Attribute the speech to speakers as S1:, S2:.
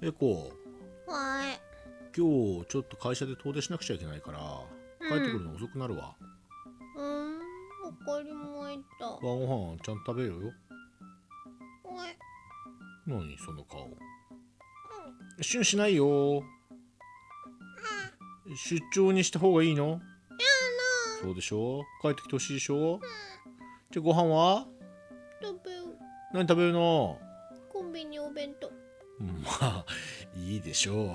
S1: エコ
S2: はい
S1: 今日ちょっと会社で遠出しなくちゃいけないから
S2: うん
S1: 帰ってくるの遅くなるわ、
S2: うーんわかりましたは
S1: 晩ご飯ちゃんと食べようよ
S2: い
S1: 何その顔シュンしないよ出張にした方がいいのそうでしょ帰ってきてほしいでしょじゃあご飯は
S2: 食べる
S1: 何食べるの
S2: コンビニお弁当
S1: まあいいでしょう